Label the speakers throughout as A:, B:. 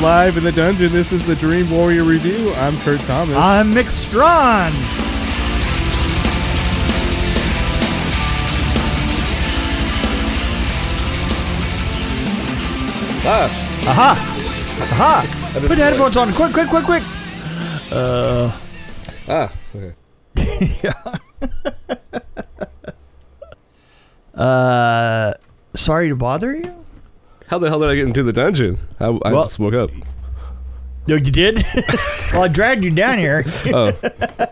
A: live in the dungeon. This is the Dream Warrior Review. I'm Kurt Thomas.
B: Ah,
C: I'm Mick Strawn.
B: Ah,
C: Aha! Aha! Put the headphones on. Quick, quick, quick, quick. Uh,
B: ah. Okay.
C: uh, sorry to bother you.
B: How the hell did I get into the dungeon? I, I
C: Well-
B: just woke up.
C: No, you did. well, I dragged you down here.
B: Oh,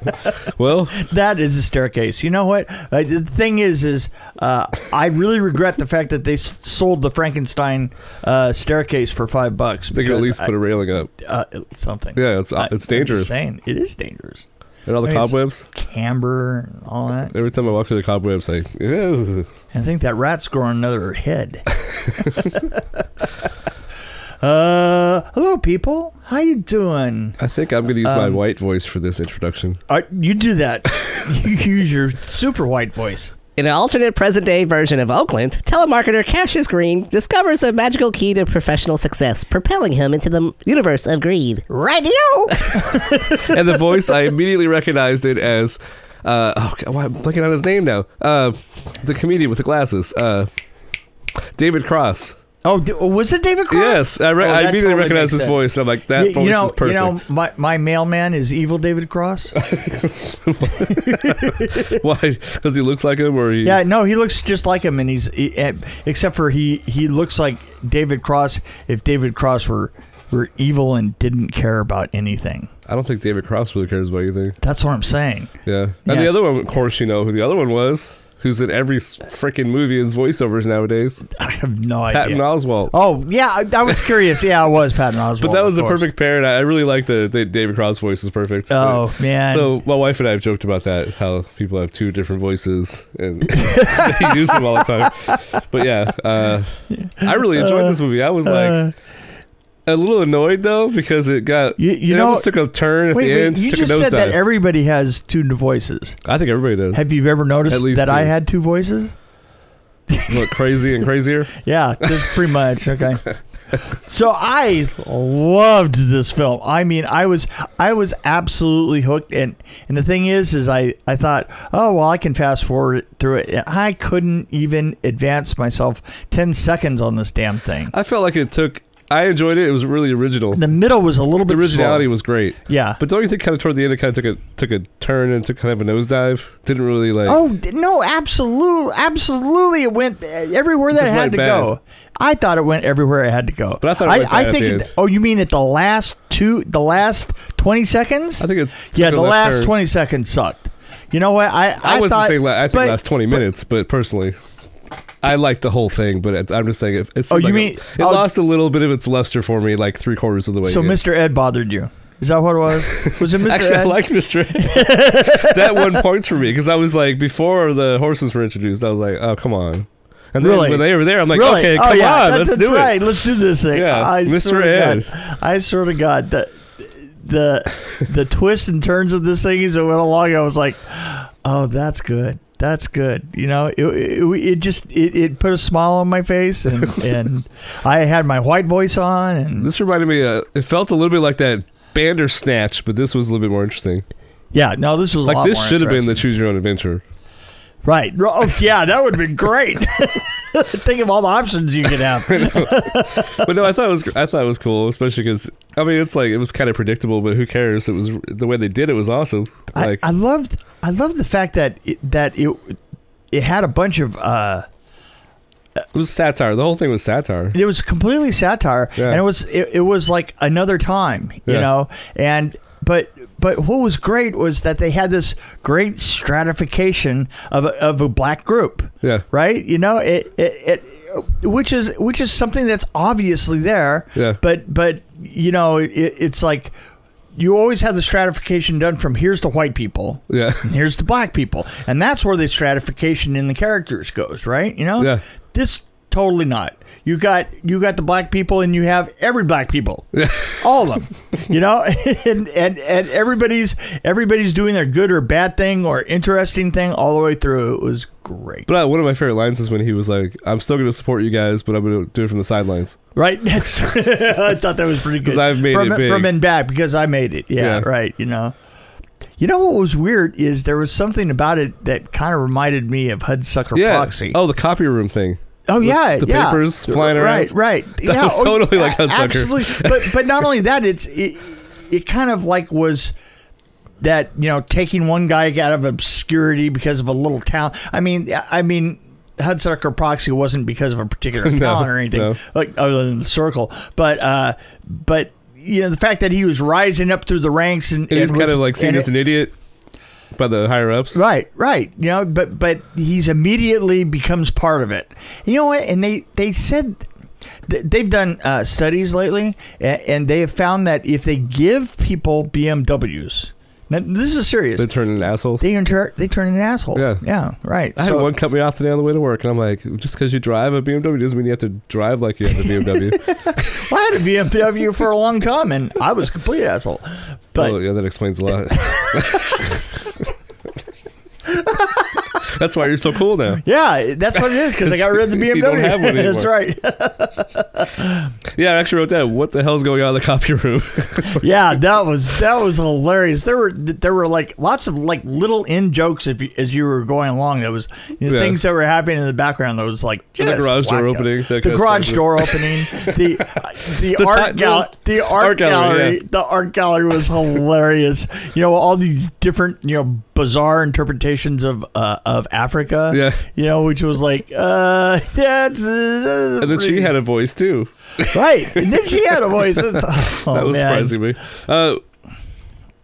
B: well,
C: that is a staircase. You know what? Uh, the thing is, is uh, I really regret the fact that they s- sold the Frankenstein uh, staircase for five bucks.
B: they could at least put a railing up.
C: uh, something.
B: Yeah, it's
C: I-
B: it's
C: I'm just
B: dangerous.
C: saying, it is dangerous.
B: And all the
C: I mean, it's-
B: cobwebs.
C: Camber and all that.
B: Every time I walk through the cobwebs, I yeah,
C: I think that rat's growing another head. uh, hello, people. How you doing?
B: I think I'm gonna use my
C: Um,
B: white voice for this introduction.
C: Uh, you do that. you use your super white voice.
D: In an alternate present day version of Oakland, telemarketer Cassius Green discovers a magical key to professional success, propelling him into the universe of greed. Radio!
B: and the voice, I immediately recognized it as. Uh, oh, God, why I'm blanking on his name now. Uh, the comedian with the glasses. Uh, David Cross.
C: Oh, d- oh, was it David Cross?
B: Yes, I, re-
C: Oh,
B: I
C: that
B: immediately
C: totally makes
B: recognized his
C: sense.
B: voice, and I'm like,
C: Y-
B: that voice
C: you know,
B: is perfect.
C: you know, my, my mailman is evil David Cross.
B: Why? Because he looks like him, or he?
C: yeah, no, he looks just like him, and he's he, eh, except for he he looks like David Cross if David Cross were were evil and didn't care about anything.
B: I don't think David Cross really cares about anything.
C: That's what I'm saying.
B: Yeah.
C: Yeah.
B: And the other one, of course, you know who the other one was, who's in every s- freaking movie and voiceovers nowadays.
C: I have no
B: Patton
C: idea.
B: Oswalt.
C: Oh yeah, I, I was curious. Yeah, I was Patton Oswalt.
B: But that was
C: Oh, of
B: the
C: course.
B: perfect pair, and I I really like the, the David Cross voice is perfect.
C: Oh,
B: But-
C: man.
B: So my wife and I have joked about that, how people have two different voices and they use them all the time. But yeah, uh, I really enjoyed this movie. I was
C: Uh,
B: like a little annoyed though because it got
C: You- you
B: it
C: know-
B: almost took a turn at
C: wait,
B: the
C: wait,
B: end.
C: you
B: took
C: just
B: a
C: said that er
B: nosedive.
C: everybody has two voices.
B: I think everybody does.
C: Have you ever noticed
B: At least
C: that I
B: two.
C: had two voices?
B: Look crazy and crazier.
C: Yeah, that's pretty much okay. So I loved this film. I mean, I was I was absolutely hooked, and and the thing is, is I I thought, oh well, I can fast forward through it. And I couldn't even advance myself ten seconds on this damn thing.
B: I felt like it took. I enjoyed it. It was really original.
C: The middle was a little
B: The
C: bit
B: originality
C: slow.
B: was great.
C: yeah.
B: But don't you think kind of toward the end it kind of took a took a turn and took kind of a nosedive? Didn't really like.
C: Oh d- no! Absolutely, absolutely, it went uh, everywhere that
B: It
C: it
B: just
C: had
B: went
C: to
B: bad.
C: go. I thought it went everywhere it had to go.
B: But I thought it went bad
C: I
B: at
C: think. it-
B: the end.
C: oh, you mean at the last two, the last twenty seconds?
B: I think it. took
C: yeah,
B: a
C: the
B: left
C: last
B: turn.
C: twenty seconds sucked. You know what? I I,
B: I, wasn't
C: thought,
B: saying la- I think
C: but-
B: last twenty minutes, but personally, I liked the whole thing. But it, I'm just saying it. it seemed
C: Oh, you
B: like
C: mean-
B: it, it
C: oh.
B: lost a little bit of its luster for me, like three quarters of the way.
C: So,
B: in.
C: Mr. Ed bothered you. Is that what it was? Was it Mr.
B: Actually,
C: Ed?
B: I liked Mr. that one points for me because I was like, before the horses were introduced, I was like, oh, come on. And then
C: Really?
B: when they were there, I'm like,
C: really?
B: okay,
C: oh,
B: come
C: yeah,
B: on,
C: that-
B: let's
C: that's
B: do
C: right.
B: it.
C: Let's do this thing.
B: Yeah,
C: I
B: Mr.
C: Swear
B: Ed.
C: To God, I swear to God that the the twists and turns of this thing as it went along, I was like, oh, that's good. That's good. You know, it, it, it just it, it put a smile on my face, and, and I had my white voice on, and
B: This reminded me, uh, it felt a little bit like that Bandersnatch, but this was a little bit more interesting.
C: yeah, no, this was a lot
B: Like, this
C: more
B: should have been
C: interesting.
B: the Choose Your Own Adventure.
C: Right. Ro- Oh, yeah, that would have been great. Think of all the options you could have.
B: but no, I thought it was I thought it was cool, especially because I mean it's like it was kind of predictable, but who cares? It was the way they did it was awesome.
C: I,
B: Like
C: I loved I loved the fact that it, that it it had a bunch of uh
B: it was satire. The whole thing was satire.
C: it was completely satire
B: Yeah.
C: and it was it, it was like another time, you
B: Yeah.
C: know. And but but what was great was that they had this great stratification of a, of a black group.
B: Yeah.
C: right? You know, it, it it which is which is something that's obviously there.
B: Yeah.
C: But but you know, it, it's like you always have the stratification done from here's the white people.
B: Yeah.
C: And here's the black people, and that's where the stratification in the characters goes, right? You know,
B: Yeah.
C: this Totally not. You got you got the black people, and you have every black people, all of them. You know, and, and and everybody's everybody's doing their good or bad thing or interesting thing all the way through. It was great,
B: But uh, one of my favorite lines is when he was like, "I'm still going to support you guys, but I'm going to do it from the sidelines."
C: right? That's I thought that was pretty good.
B: 'Cause I've made
C: from
B: it big.
C: from and back because I made it. Yeah,
B: Yeah.
C: right. You know, you know what was weird is there was something about it that kind of reminded me of Hudsucker
B: yeah.
C: Proxy.
B: Oh, the copy room thing.
C: Oh yeah,
B: the
C: yeah.
B: papers flying around.
C: Right, right.
B: That was
C: oh,
B: totally like
C: a-
B: Hudsucker.
C: Absolutely, but but not only that, it's it, it kind of like was that you know taking one guy out of obscurity because of a little town. I mean, I mean. Hudsucker Proxy wasn't because of a particular
B: No,
C: talent or anything,
B: no.
C: like other than the circle. But uh, but you know the fact that he was rising up through the ranks and,
B: And he's
C: and
B: kind
C: was-
B: of like seen
C: and
B: as an idiot by the higher ups.
C: Right, right. You know, but but he's immediately becomes part of it. You know what? And they they said th- they've done uh, studies lately, and, and they have found that if they give people BMWs, now this is serious.
B: They turn into assholes.
C: They turn they turn into assholes.
B: Yeah.
C: right.
B: I had one cut me off today on the way to work, and I'm like, just because you drive a BMW doesn't mean you have to drive like you have a BMW.
C: Well, I had a BMW for a long time, and I was a complete asshole. But
B: oh, yeah, that explains a lot. That's why you're so cool now.
C: yeah, that's what it is because I got rid of the BMW.
B: You don't have one
C: that's
B: anymore.
C: right.
B: Yeah, I actually wrote that. What the hell's going on in the copy room?
C: yeah, that was that was hilarious. There were there were like lots of like little in jokes if you, as you were going along. That was you know,
B: Yeah.
C: things that were happening in the background. That was like
B: The
C: just
B: garage door
C: whacked up.
B: opening, that
C: the
B: kind of
C: garage
B: stuff.
C: door opening, the the,
B: The
C: art
B: ti-
C: gal- the art,
B: art gallery,
C: gallery, the art gallery was hilarious. you know all these different you know bizarre interpretations of uh, of Africa.
B: Yeah.
C: you know which was like uh that's uh,
B: and then she had a voice too.
C: right. And then she had a voice. It's- oh,
B: that was
C: man.
B: surprising me. Uh,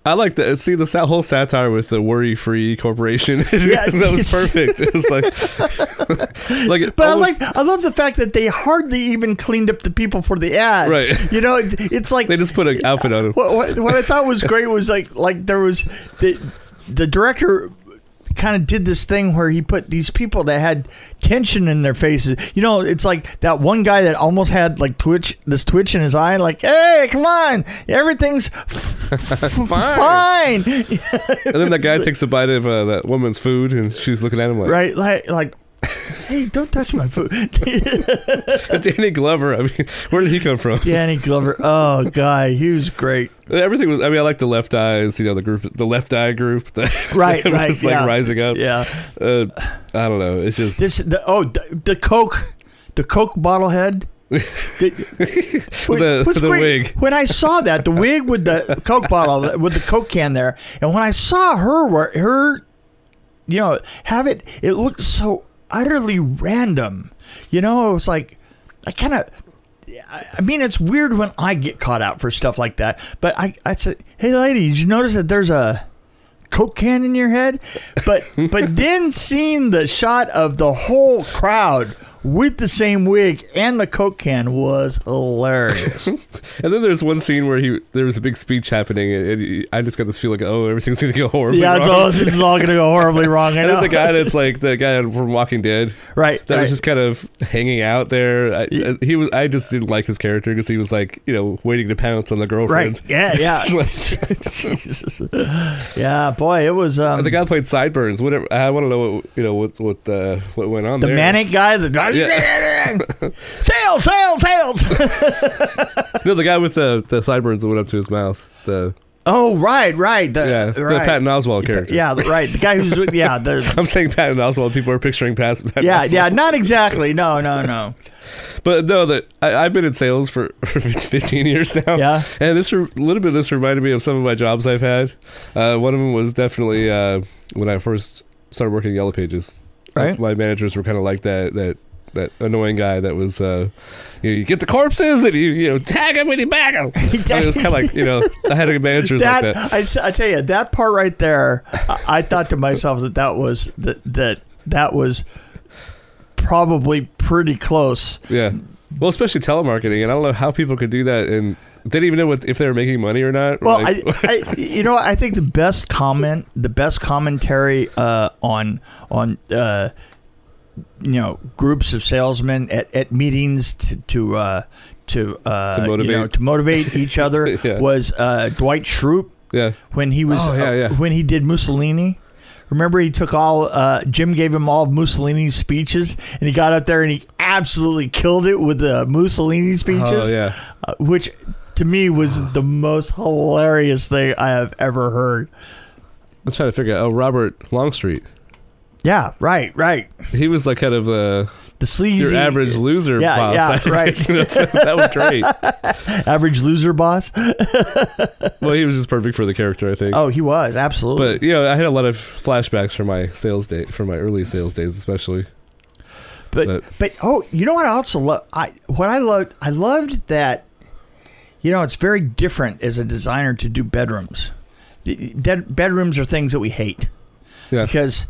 B: I like that. See the sa- whole satire with the worry-free corporation.
C: Yeah,
B: that was
C: yes.
B: perfect. It was like, like, it
C: But
B: almost-
C: I like I love the fact that they hardly even cleaned up the people for the ads.
B: Right.
C: You know, it, it's like
B: they just put an outfit on him.
C: what, what, what I thought was great was like like there was the the director kind of did this thing where he put these people that had tension in their faces. You know, it's like that one guy that almost had like twitch this twitch in his eye like, "Hey, come on. Everything's fine."
B: And then that guy takes a bite of uh, that woman's food, and she's looking at him like,
C: right? Like like Hey, don't touch my food.
B: Danny Glover. I mean, where did he come from?
C: Danny Glover. Oh, guy, he was great.
B: Everything was. I mean, I like the left eyes. You know, the group, the left eye group. That
C: Right,
B: that
C: right,
B: was like
C: yeah.
B: rising up.
C: Yeah.
B: Uh, I don't know. It's just
C: This the oh the, the Coke, the Coke bottle head. The,
B: the-
C: what's
B: the
C: great,
B: wig.
C: When I saw that, the wig with the Coke bottle with the Coke can there, and when I saw her wear her, you know, have it, it looked so utterly random. You know, it was like I kind of. I I mean, it's weird when I get caught out for stuff like that, but I, I said, "Hey, lady, did you notice that there's a coke can in your head but but then seeing the shot of the whole crowd with the same wig and the coke can was hilarious
B: And then there's one scene where he there was a big speech happening, and, and he- I just got this feeling, oh, everything's gonna go horribly
C: yeah it's
B: wrong.
C: all, this is all gonna go horribly wrong I
B: and
C: know.
B: then the guy that's like the guy from Walking Dead,
C: right
B: that
C: right.
B: was just kind of hanging out there. I,
C: Yeah.
B: I- he was, I just didn't like his character because he was like, you know, waiting to pounce on the girlfriend.
C: right yeah yeah jesus yeah boy it was um
B: And the
C: the,
B: guy that played sideburns. Whatever. I want to know what you know what what uh, what went on. there.
C: manic guy the
B: Yeah.
C: sales sales sales
B: No, the guy with the the sideburns that went up to his mouth. The
C: oh right right the,
B: yeah, the
C: right.
B: Patton Oswald character.
C: yeah right the guy who's yeah the
B: I'm saying Patton Oswald. People are picturing Pat, Patton
C: yeah
B: Oswald.
C: yeah not exactly no no no
B: But no, that I, I've been in sales for, for 15 years now.
C: Yeah.
B: And this re- little bit of this reminded me of some of my jobs I've had. Uh, one of them was definitely uh, when I first started working at Yellow Pages.
C: Right.
B: My managers were kind of like that that that annoying guy that was uh, you, know, you get the corpses and you you know tag him and you bag him. I mean, it was kind of like you know I had managers like that.
C: that I, s- I tell you that part right there I, I thought to myself that that was that that that was probably pretty close
B: Yeah. Well, especially telemarketing, and I don't know how people could do that and. They didn't even know what, if they were making money or not.
C: well
B: Like-
C: I, I you know i think the best comment the best commentary uh on on uh you know groups of salesmen at, at meetings to to uh, to, uh,
B: To
C: you
B: motivate.
C: know, to motivate each other
B: Yeah.
C: was uh, Dwight Schrute
B: Yeah.
C: when he was
B: Oh, yeah,
C: uh,
B: yeah.
C: when he did Mussolini. Remember, he took all uh, Jim gave him all of Mussolini's speeches, and he got up there and he absolutely killed it with the Mussolini speeches,
B: Oh yeah.
C: uh, which to me was the most hilarious thing I have ever heard.
B: I'm trying to figure out. Oh, Robert Longstreet.
C: Yeah, right, right.
B: He was like kind of uh,
C: The sleazy
B: your average loser
C: Yeah,
B: boss.
C: yeah,
B: I think.
C: right.
B: You know, so that was great.
C: average loser boss.
B: Well, he was just perfect for the character, I think.
C: Oh, he was absolutely.
B: But you know, I had a lot of flashbacks for my sales day, for my early sales days, especially.
C: But but,
B: But-
C: oh, you know what I also love I what I loved I loved that you know, it's very different as a designer to do bedrooms. The- That bedrooms are things that we hate
B: Yeah.
C: because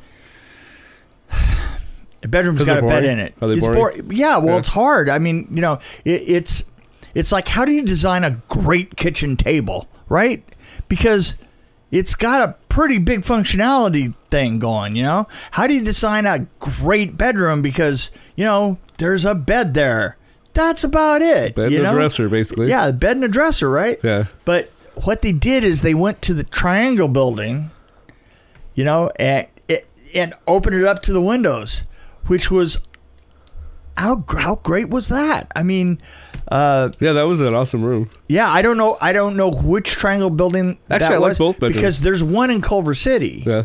C: a bedroom's
B: 'Cause
C: got
B: they're
C: a bed
B: boring?
C: in it.
B: Are they
C: It's
B: boring?
C: bor- yeah, well,
B: Yeah.
C: it's hard. I mean, you know, it, it's it's like how do you design a great kitchen table, right? Because it's got a pretty big functionality thing going, you know? How do you design a great bedroom because, you know, there's a bed there. That's about it.
B: Bed
C: you
B: and a
C: know?
B: dresser, basically.
C: Yeah, a bed and a dresser, right?
B: Yeah.
C: But what they did is they went to the triangle building, you know, and it, and opened it up to the windows, which was how gr- how great was that? I mean, uh,
B: Yeah, that was an awesome room.
C: yeah, I don't know, I don't know which triangle building
B: Actually,
C: that
B: I like
C: was
B: both bedrooms.
C: because there's one in Culver City.
B: Yeah.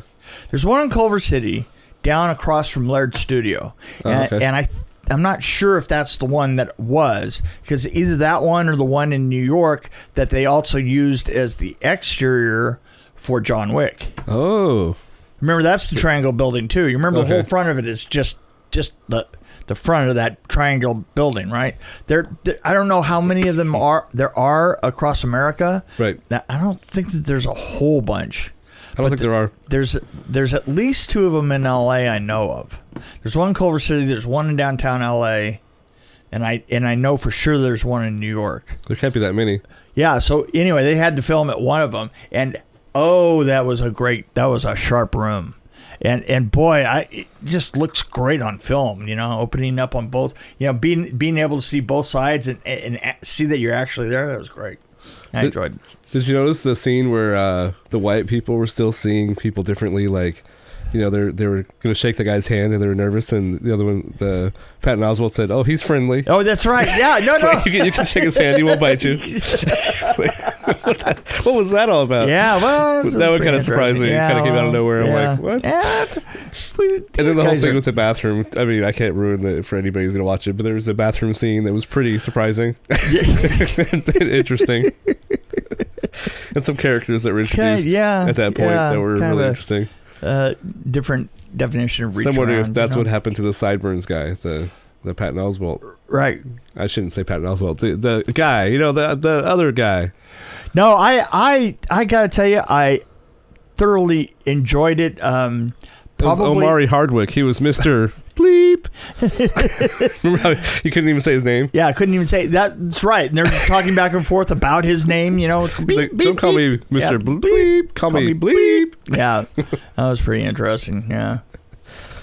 C: There's one in Culver City down across from Laird Studio, and,
B: Oh, okay.
C: and I. I'm not sure if that's the one that was because either that one or the one in New York that they also used as the exterior for John Wick.
B: Oh.
C: Remember that's the triangle building too. You remember the
B: Okay.
C: whole front of it is just just the the front of that triangle building, right? There, there I don't know how many of them are there are across America.
B: Right.
C: Now, I don't think that there's a whole bunch
B: I don't think there are.
C: there's there's at least two of them in LA I know of. There's one in Culver City, there's one in downtown LA, and I and I know for sure there's one in New York.
B: There can't be that many.
C: Yeah, so anyway, they had to film at one of them and oh, that was a great that was a sharp room. And and boy, I it just looks great on film, you know, opening up on both, you know, being being able to see both sides and and, and see that you're actually there, that was great. I
B: Did-
C: enjoyed it.
B: Did you notice the scene where uh, the white people were still seeing people differently? Like, you know, they they were going to shake the guy's hand and they were nervous, and the other one, the Patton Oswald said, "Oh, he's friendly."
C: Oh, that's right. Yeah, no,
B: It's
C: no.
B: like, you, can, you can shake his hand; he won't bite you. It's like, what, the- what was that all about?
C: Yeah, well,
B: Uh, That would kinda surprise me. It kinda came out of nowhere. I'm like, what? And then the whole thing with the bathroom. I mean, I can't ruin it for anybody who's going to watch it, but there was a bathroom scene that was pretty surprising, interesting, and some characters that were introduced
C: yeah,
B: at that point
C: yeah,
B: that were
C: kinda.
B: really interesting.
C: uh, different definition of reach.
B: So I'm wondering if
C: around,
B: that's
C: you
B: what
C: know?
B: happened to the sideburns guy, the the Patton Oswalt.
C: Right.
B: I shouldn't say Patton Oswalt. The, the guy, you know, the the other guy.
C: No, I, I, I gotta tell you, I thoroughly enjoyed it. Um,
B: It was
C: probably
B: Omari Hardwick. He was Mr. Bleep. Remember how you couldn't even say his name?
C: Yeah, I couldn't even say that's right. And they're talking back and forth about his name. You know,
B: He's like, don't call me Mr.
C: Yeah.
B: Bleep. Call, me bleep.
C: yeah, that was pretty interesting. Yeah,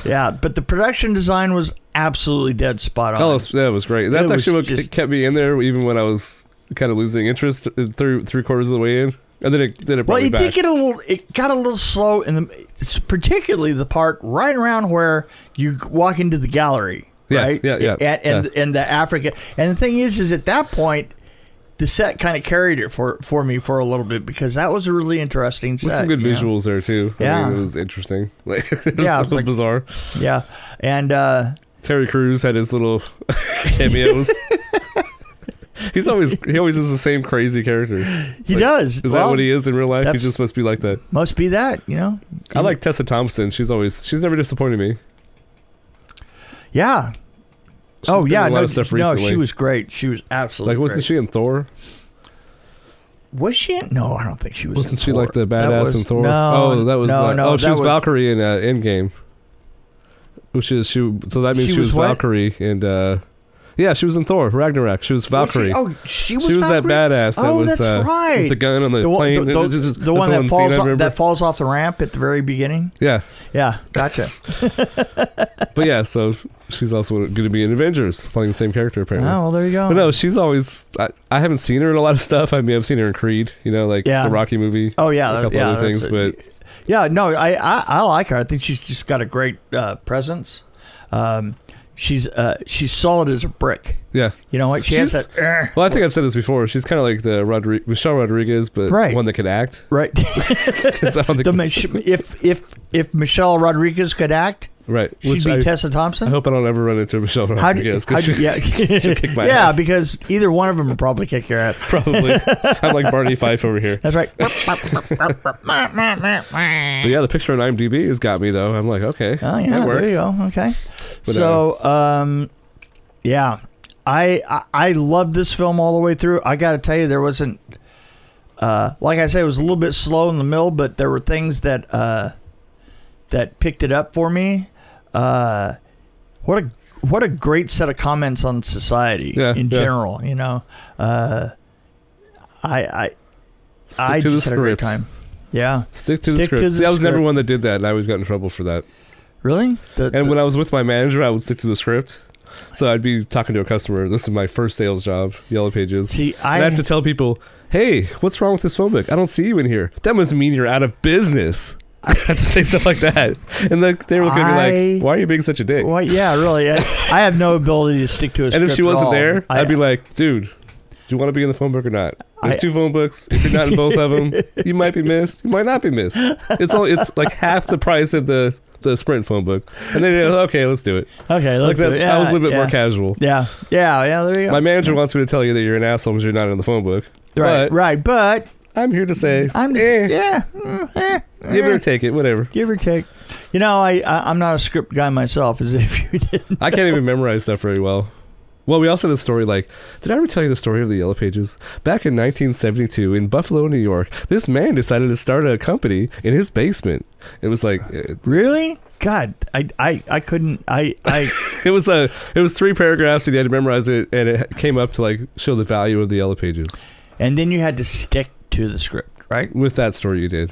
C: yeah, but the production design was absolutely dead spot on.
B: Oh, that's- that was great. That's
C: It was
B: actually what
C: just-
B: kept me in there, even when I was kind of losing interest through three quarters of the way in, and then it then it brought
C: Well,
B: me
C: it
B: back.
C: did get a little. It got a little slow in the, it's particularly the part right around where you walk into the gallery,
B: Yeah,
C: right?
B: yeah, yeah,
C: and and, and the Africa. And the thing is, is at that point, the set kind of carried it for for me for a little bit because that was a really interesting set.
B: with some good
C: you know?
B: visuals there too. I
C: Yeah.
B: mean, it was interesting. Like, it was
C: Yeah, it
B: so
C: was like-
B: bizarre.
C: Yeah, and uh,
B: Terry Crews had his little cameos. He's always he always is the same crazy character.
C: he
B: Like,
C: does.
B: Is that what he is in real life? He
C: that's-
B: just must be like that.
C: Must be that you know.
B: I like Tessa Thompson. She's always she's never disappointed me.
C: Yeah.
B: She's
C: oh
B: been
C: yeah.
B: in a lot
C: no,
B: of stuff
C: no,
B: recently.
C: she was great. She was absolutely
B: like wasn't
C: great.
B: she in Thor?
C: Was she? In? No, I don't think she was. in
B: Wasn't she
C: Thor.
B: like the
C: That
B: badass
C: was-
B: in Thor?
C: No,
B: oh, that was.
C: no,
B: uh,
C: no,
B: oh, she
C: that
B: was Valkyrie in uh, Endgame. Which is she? So that means
C: She
B: she,
C: was
B: was,
C: what?
B: Valkyrie and uh, Yeah, she was in Thor Ragnarok. She was Valkyrie.
C: Oh, she was.
B: She was that
C: Valkyrie?
B: badass that
C: oh,
B: was,
C: that's
B: uh, with
C: right.
B: the gun on the
C: one-
B: plane.
C: The, the-
B: That's
C: the one that
B: the one scene
C: falls
B: I
C: off,
B: remember.
C: that falls off the ramp at the very beginning.
B: yeah,
C: Yeah, gotcha.
B: but yeah, so she's also going to be in Avengers, playing the same character
C: oh
B: apparently.
C: well, there you go.
B: But no, she's always. I, I haven't seen her in a lot of stuff. I mean, I've seen her in Creed, you know, like
C: Yeah.
B: the Rocky movie,
C: oh yeah,
B: a couple
C: yeah,
B: other things,
C: that's-
B: but
C: yeah, no, I, I I like her. I think she's just got a great uh, presence. Um, she's uh, she's solid as a brick.
B: yeah.
C: You know what? She has
B: She's- eh.
C: that "Er,"
B: Well, I think I've said this before. She's kind of like the Rodri- Michelle Rodriguez, but
C: Right.
B: one that could act.
C: right.
B: 'Cause I don't think-
C: the, Mich- if if if Michelle Rodriguez could act,
B: right.
C: she'd
B: Which
C: be
B: I,
C: Tessa
B: I
C: Thompson.
B: hope I don't ever run into Michelle
C: How do,
B: Rodriguez. 'cause
C: how do-
B: she-
C: yeah,
B: kick my
C: yeah
B: ass.
C: because either one of them would probably kick your ass.
B: Probably. I'm like Barney Fife over here.
C: That's right.
B: But yeah, the picture on IMDb has got me though. I'm like, okay,
C: Oh
B: that
C: yeah,
B: works.
C: there you go. Okay.
B: But,
C: so, um, yeah, I, I I loved this film all the way through. I got to tell you, there wasn't, uh, like I said, it was a little bit slow in the middle, but there were things that uh, that picked it up for me. Uh, what a what a great set of comments on society
B: Yeah,
C: in
B: yeah.
C: general. You know, uh, I I
B: Stick
C: I
B: to the
C: just had a great
B: script.
C: time. Yeah,
B: Stick to the
C: Stick to
B: script.
C: the
B: See, I was never
C: script.
B: one that did that, and I always got in trouble for that.
C: really. The- the-
B: And when I was with my manager, I would stick to the script. So I'd be talking to a customer. This is my first sales job, Yellow Pages.
C: see,
B: I, I have to tell people, "Hey, what's wrong with this phone book? I don't see you in here. That must mean you're out of business." I had to say stuff like that, and like they were looking at me
C: I-
B: like, "Why are you being such a dick?"
C: Well, yeah, really. I, I have no ability to stick to a
B: and if she wasn't there,
C: I,
B: I'd be like, "Dude, do you want to be in the phone book or not? There's
C: I-
B: two phone books. If you're not in both of them, you might be missed. You might not be missed. It's all it's like half the price of the the Sprint phone book." And then they're like, okay, let's do it.
C: okay, look,
B: Like that,
C: yeah,
B: I was a little bit
C: yeah,
B: more casual.
C: Yeah, yeah, yeah. There you go.
B: My manager wants me to tell you that you're an asshole because you're not in the phone book.
C: right,
B: but
C: right. But
B: I'm here to say,
C: I'm just,
B: eh,
C: yeah, mm, eh,
B: give
C: eh,
B: or take it, whatever.
C: give or take. You know, I, I I'm not a script guy myself. As if you did.
B: I can't even memorize stuff very well. Well, we also had the story like, did I ever tell you the story of the Yellow Pages? Back in 1972 in Buffalo, New York, this man decided to start a company in his basement. It was like, it,
C: Really? God, I I I couldn't. I I
B: it was a, it was three paragraphs and you had to memorize it, and it came up to like show the value of the Yellow Pages.
C: and then you had to stick to the script, right?
B: With that story, you did.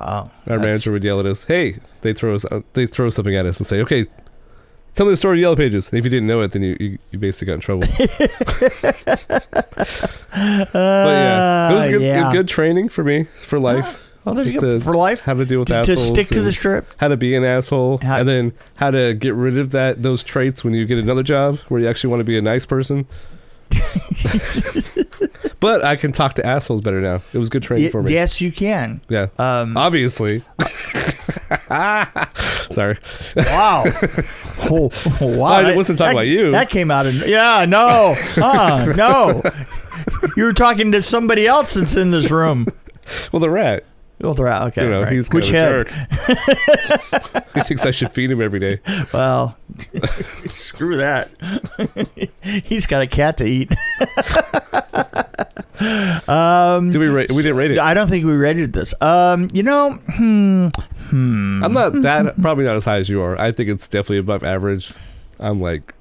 C: Wow.
B: Our manager would yell at us, "Hey!" They throw us, uh, they throw something at us and say, "Okay, tell me the story of Yellow Pages." And if you didn't know it, then you you, you basically got in trouble. But yeah, it was good, good training for me for life.
C: Uh, Well, there you
B: just
C: go.
B: to-
C: for life.
B: How to deal with
C: To, to
B: assholes.
C: stick to
B: and
C: the script.
B: How to be an asshole,
C: How-
B: and then how to get rid of that those traits when you get another job where you actually want to be a nice person. but I can talk to assholes better now. It was good training
C: Y-
B: for me.
C: yes, you can.
B: Yeah.
C: Um,
B: Uh, Obviously. Sorry.
C: Wow. oh, wow.
B: I wasn't talking
C: That-
B: about you.
C: That came out of Yeah, no. Uh, no. You were talking to somebody else that's in this room.
B: Well, the rat.
C: Well, they're out. Okay.
B: You know,
C: right.
B: he's kind
C: Which
B: of a
C: head?
B: jerk. he thinks I should feed him every day.
C: Well, screw that. he's got a cat to eat. um,
B: Did we rate? We didn't rate it.
C: I don't think we rated this. Um, you know, hmm, hmm.
B: I'm not that probably not as high as you are. I think it's definitely above average. I'm like,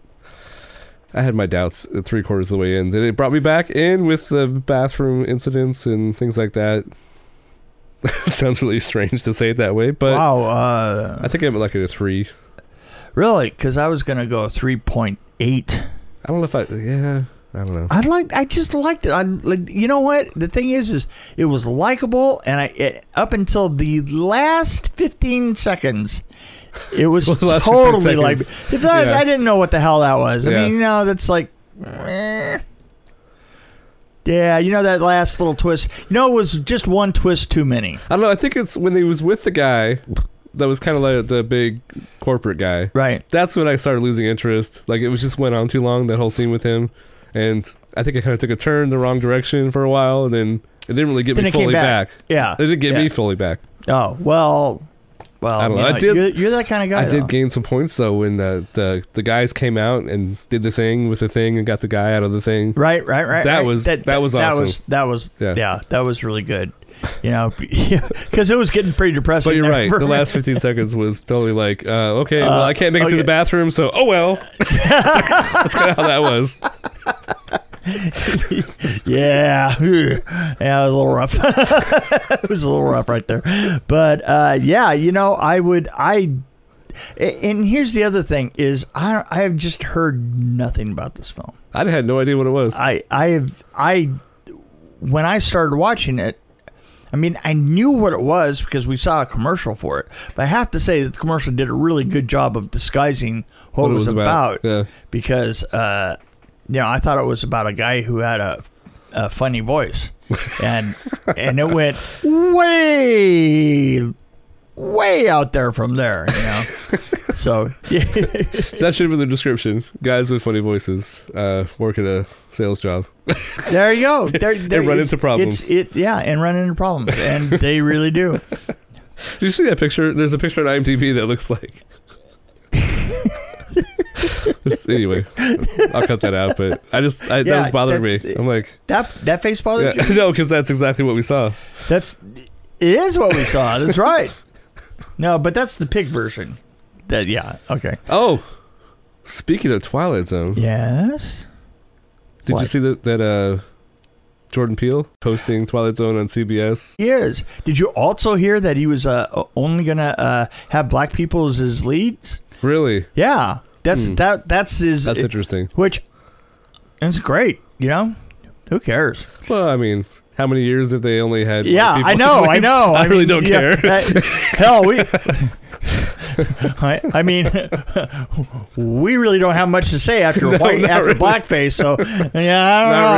B: I had my doubts at three quarters of the way in. Then it brought me back in with the bathroom incidents and things like that. Sounds really strange to say it that way, but
C: wow.
B: I
C: Uh,
B: think I'm at like a three.
C: really? Because I was gonna go three point eight.
B: I don't know if I. Yeah, I don't know.
C: I like. I just liked it. I like. You know what? The thing is, is it was likable, and I it, up until the last fifteen seconds, it was
B: The last 15
C: totally like.
B: seconds.
C: If that was-
B: Yeah.
C: I didn't know what the hell that was. I
B: Yeah.
C: mean, you know, that's like. eh. Yeah, you know that last little twist. You know, it was just one twist too many.
B: I don't know. I think it's when he was with the guy that was kind of like the big corporate guy.
C: Right.
B: That's when I started losing interest. Like it was just went on too long that whole scene with him, and I think it kind of took a turn the wrong direction for a while, and then it didn't really get
C: Then
B: me
C: it came
B: fully
C: back.
B: back.
C: Yeah.
B: It didn't get
C: Yeah.
B: me fully back.
C: Oh well. Well,
B: I don't
C: you
B: know. I did-
C: You're, you're that kind of guy.
B: I
C: though.
B: did gain some points though when the, the the guys came out and did the thing with the thing and got the guy out of the thing.
C: Right, right, right.
B: That
C: right.
B: was- that was
C: that
B: awesome.
C: was that was yeah.
B: Yeah.
C: that was really good. you know, because it was getting pretty depressing.
B: But you're
C: there
B: right.
C: for a
B: The last 15 seconds was totally like, uh, okay, well,
C: Uh,
B: I can't make it to
C: okay.
B: the bathroom, so oh well. That's kind of how that was.
C: yeah, yeah, it was a little rough. it was a little rough right there, but uh, yeah, you know, I would, I, a- and here's the other thing is I, I have just heard nothing about this film.
B: I had no idea what it was.
C: I, I have, I, when I started watching it, I mean, I knew what it was because we saw a commercial for it, but I have to say that the commercial did a really good job of disguising what, it was, about
B: Yeah.
C: because uh, you know I thought it was about a guy who had a, a funny voice, and and it went way way out there from there, you know. so yeah,
B: That should have been the description. Guys with funny voices uh, work at a sales job.
C: there you go. There, there-
B: run
C: it's-
B: into problems.
C: it's- it, yeah, and run into problems, and they really do.
B: Did you see that picture? There's a picture on IMDb that looks like. Just- anyway, I'll cut that out. But I just I, that
C: Yeah,
B: was bothering me.
C: that's-
B: I'm like,
C: That that face bothers
B: yeah,
C: you.
B: no, because that's exactly what we saw.
C: That's it is what we saw. That's right. No, but that's the pig version. That yeah okay.
B: Oh, speaking of Twilight Zone,
C: Yes.
B: did you
C: What?
B: see that that uh, Jordan Peele posting Twilight Zone on CBS?
C: He is. Did you also hear that he was uh, o- only gonna uh, have black people as his leads?
B: Really,
C: Yeah, that's
B: Hmm.
C: that. That's his.
B: that's interesting.
C: which it's great. You know, who cares?
B: Well, I mean, how many years have they only had? white
C: yeah, I
B: people?
C: know, I know.
B: I, really
C: mean,
B: don't
C: yeah,
B: care.
C: I- hell, we. I, I mean, we really don't have much to say after white after blackface. So yeah, I don't
B: Not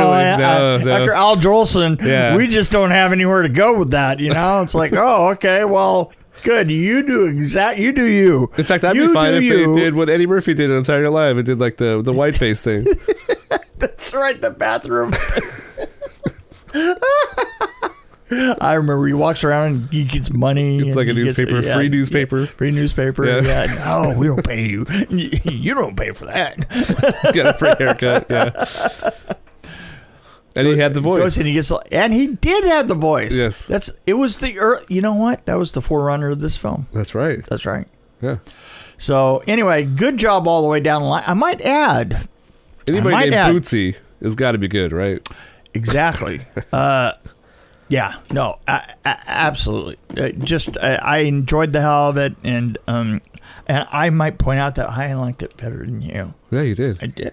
C: know.
B: really,
C: I-
B: no,
C: I-
B: no.
C: After Al Jolson,
B: Yeah.
C: we just don't have anywhere to go with that. You know, it's like, oh, okay, well, good. You do exact. You do you.
B: In fact, I'd
C: You
B: be fine
C: do
B: if
C: you.
B: they did what Eddie Murphy did on Saturday Night Live and did like the the white face thing.
C: That's right, the bathroom. I remember he walks around and he gets money. and
B: It's like a
C: he gets-
B: newspaper,
C: yeah,
B: free
C: yeah,
B: newspaper.
C: free newspaper.
B: Yeah.
C: Yeah. no, we don't pay you. You don't pay for that.
B: Got a free haircut. Yeah. And he had the
C: Goes
B: voice.
C: and he gets, and he did have the voice.
B: Yes.
C: that's it. Was the ear- you know what? That was the forerunner of this film.
B: That's right.
C: That's right.
B: Yeah.
C: So anyway, good job all the way down the line. I might add,
B: Anybody
C: might
B: named
C: add-
B: Bootsy has got to be good, right?
C: Exactly. uh, yeah. No. I, I, absolutely. Uh, just I, I enjoyed the hell of it, and um, and I might point out that I liked it better than you.
B: Yeah, you did.
C: I did.